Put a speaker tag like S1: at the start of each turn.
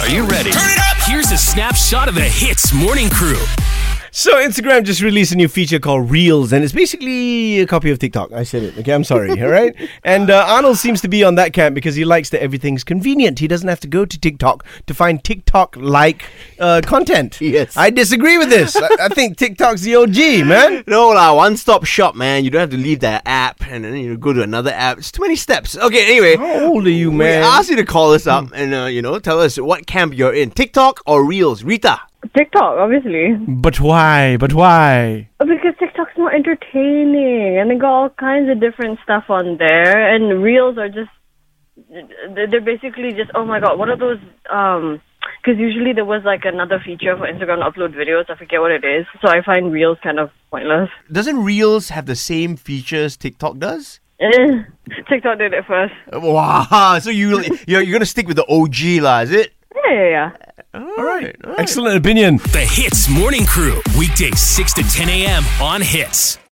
S1: Are you ready?
S2: Turn it up!
S1: Here's a snapshot of the Hits Morning Crew.
S3: So Instagram just released a new feature called Reels, and it's basically a copy of TikTok. I said it. Okay, I'm sorry. all right. And uh, Arnold seems to be on that camp because he likes that everything's convenient. He doesn't have to go to TikTok to find TikTok-like uh, content.
S4: Yes.
S3: I disagree with this. I, I think TikTok's the OG, man.
S4: No lah, one stop shop, man. You don't have to leave that app and then you go to another app. It's too many steps. Okay, anyway.
S3: How old are you, man?
S4: We asked you to call us up and uh, you know tell us what camp you're in, TikTok or Reels, Rita.
S5: TikTok, obviously.
S6: But why? But why?
S5: Because TikTok's more entertaining and they got all kinds of different stuff on there. And reels are just, they're they're basically just, oh my god, what are those? Um, because usually there was like another feature for Instagram to upload videos. I forget what it is. So I find reels kind of pointless.
S4: Doesn't Reels have the same features TikTok does?
S5: Eh, TikTok did it first.
S4: Uh, Wow, so you you're, you're gonna stick with the OG lah, is it?
S5: Yeah, yeah, yeah.
S4: All right. All right.
S6: Excellent opinion.
S1: The Hits Morning Crew, weekdays 6 to 10 a.m. on Hits.